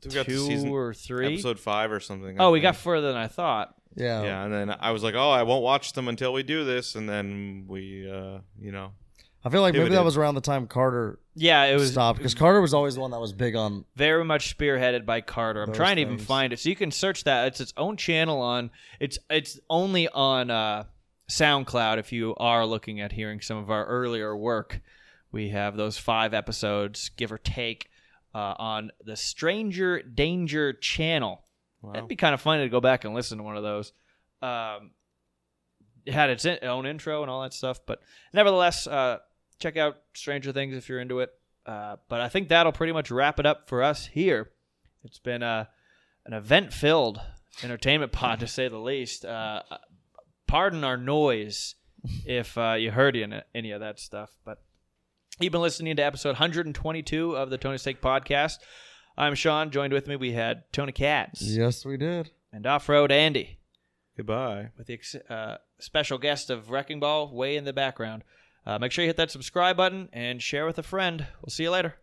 C: We got to
B: two
C: season
B: or three.
C: episode five or something. I
B: oh, we got
C: think.
B: further than I thought.
D: Yeah.
C: yeah, and then I was like, "Oh, I won't watch them until we do this," and then we, uh, you know,
D: I feel like maybe
C: Pivoted.
D: that was around the time Carter
B: Yeah, it was
D: stopped because Carter was always the one that was big on.
B: very much spearheaded by Carter. I'm
D: Those
B: trying to even
D: things.
B: find it, so you can search that. It's its own channel on. It's it's only on uh, SoundCloud. If you are looking at hearing some of our earlier work, we have those five episodes, give or take, uh, on the Stranger Danger channel.
C: wow.
B: It'd be kind of fun to go back and listen to one of those. Um, it had its in- own intro and all that stuff, but nevertheless, uh, check out Stranger Things if you're into it. Uh, but I think that'll pretty much wrap it up for us here. It's been uh, an event-filled entertainment pod, to say the least. Uh, pardon our noise if uh, you heard any, any of that stuff, but you've been listening to episode 122 of the Tony Steak Podcast. I'm Sean. Joined with me, we had Tony Katz
D: Yes, we did.
B: and off-road Andy,
C: Goodbye.
B: with the ex- uh, special guest of Wrecking Ball way in the background. Uh, make sure you hit that subscribe button and share with a friend. We'll see you later.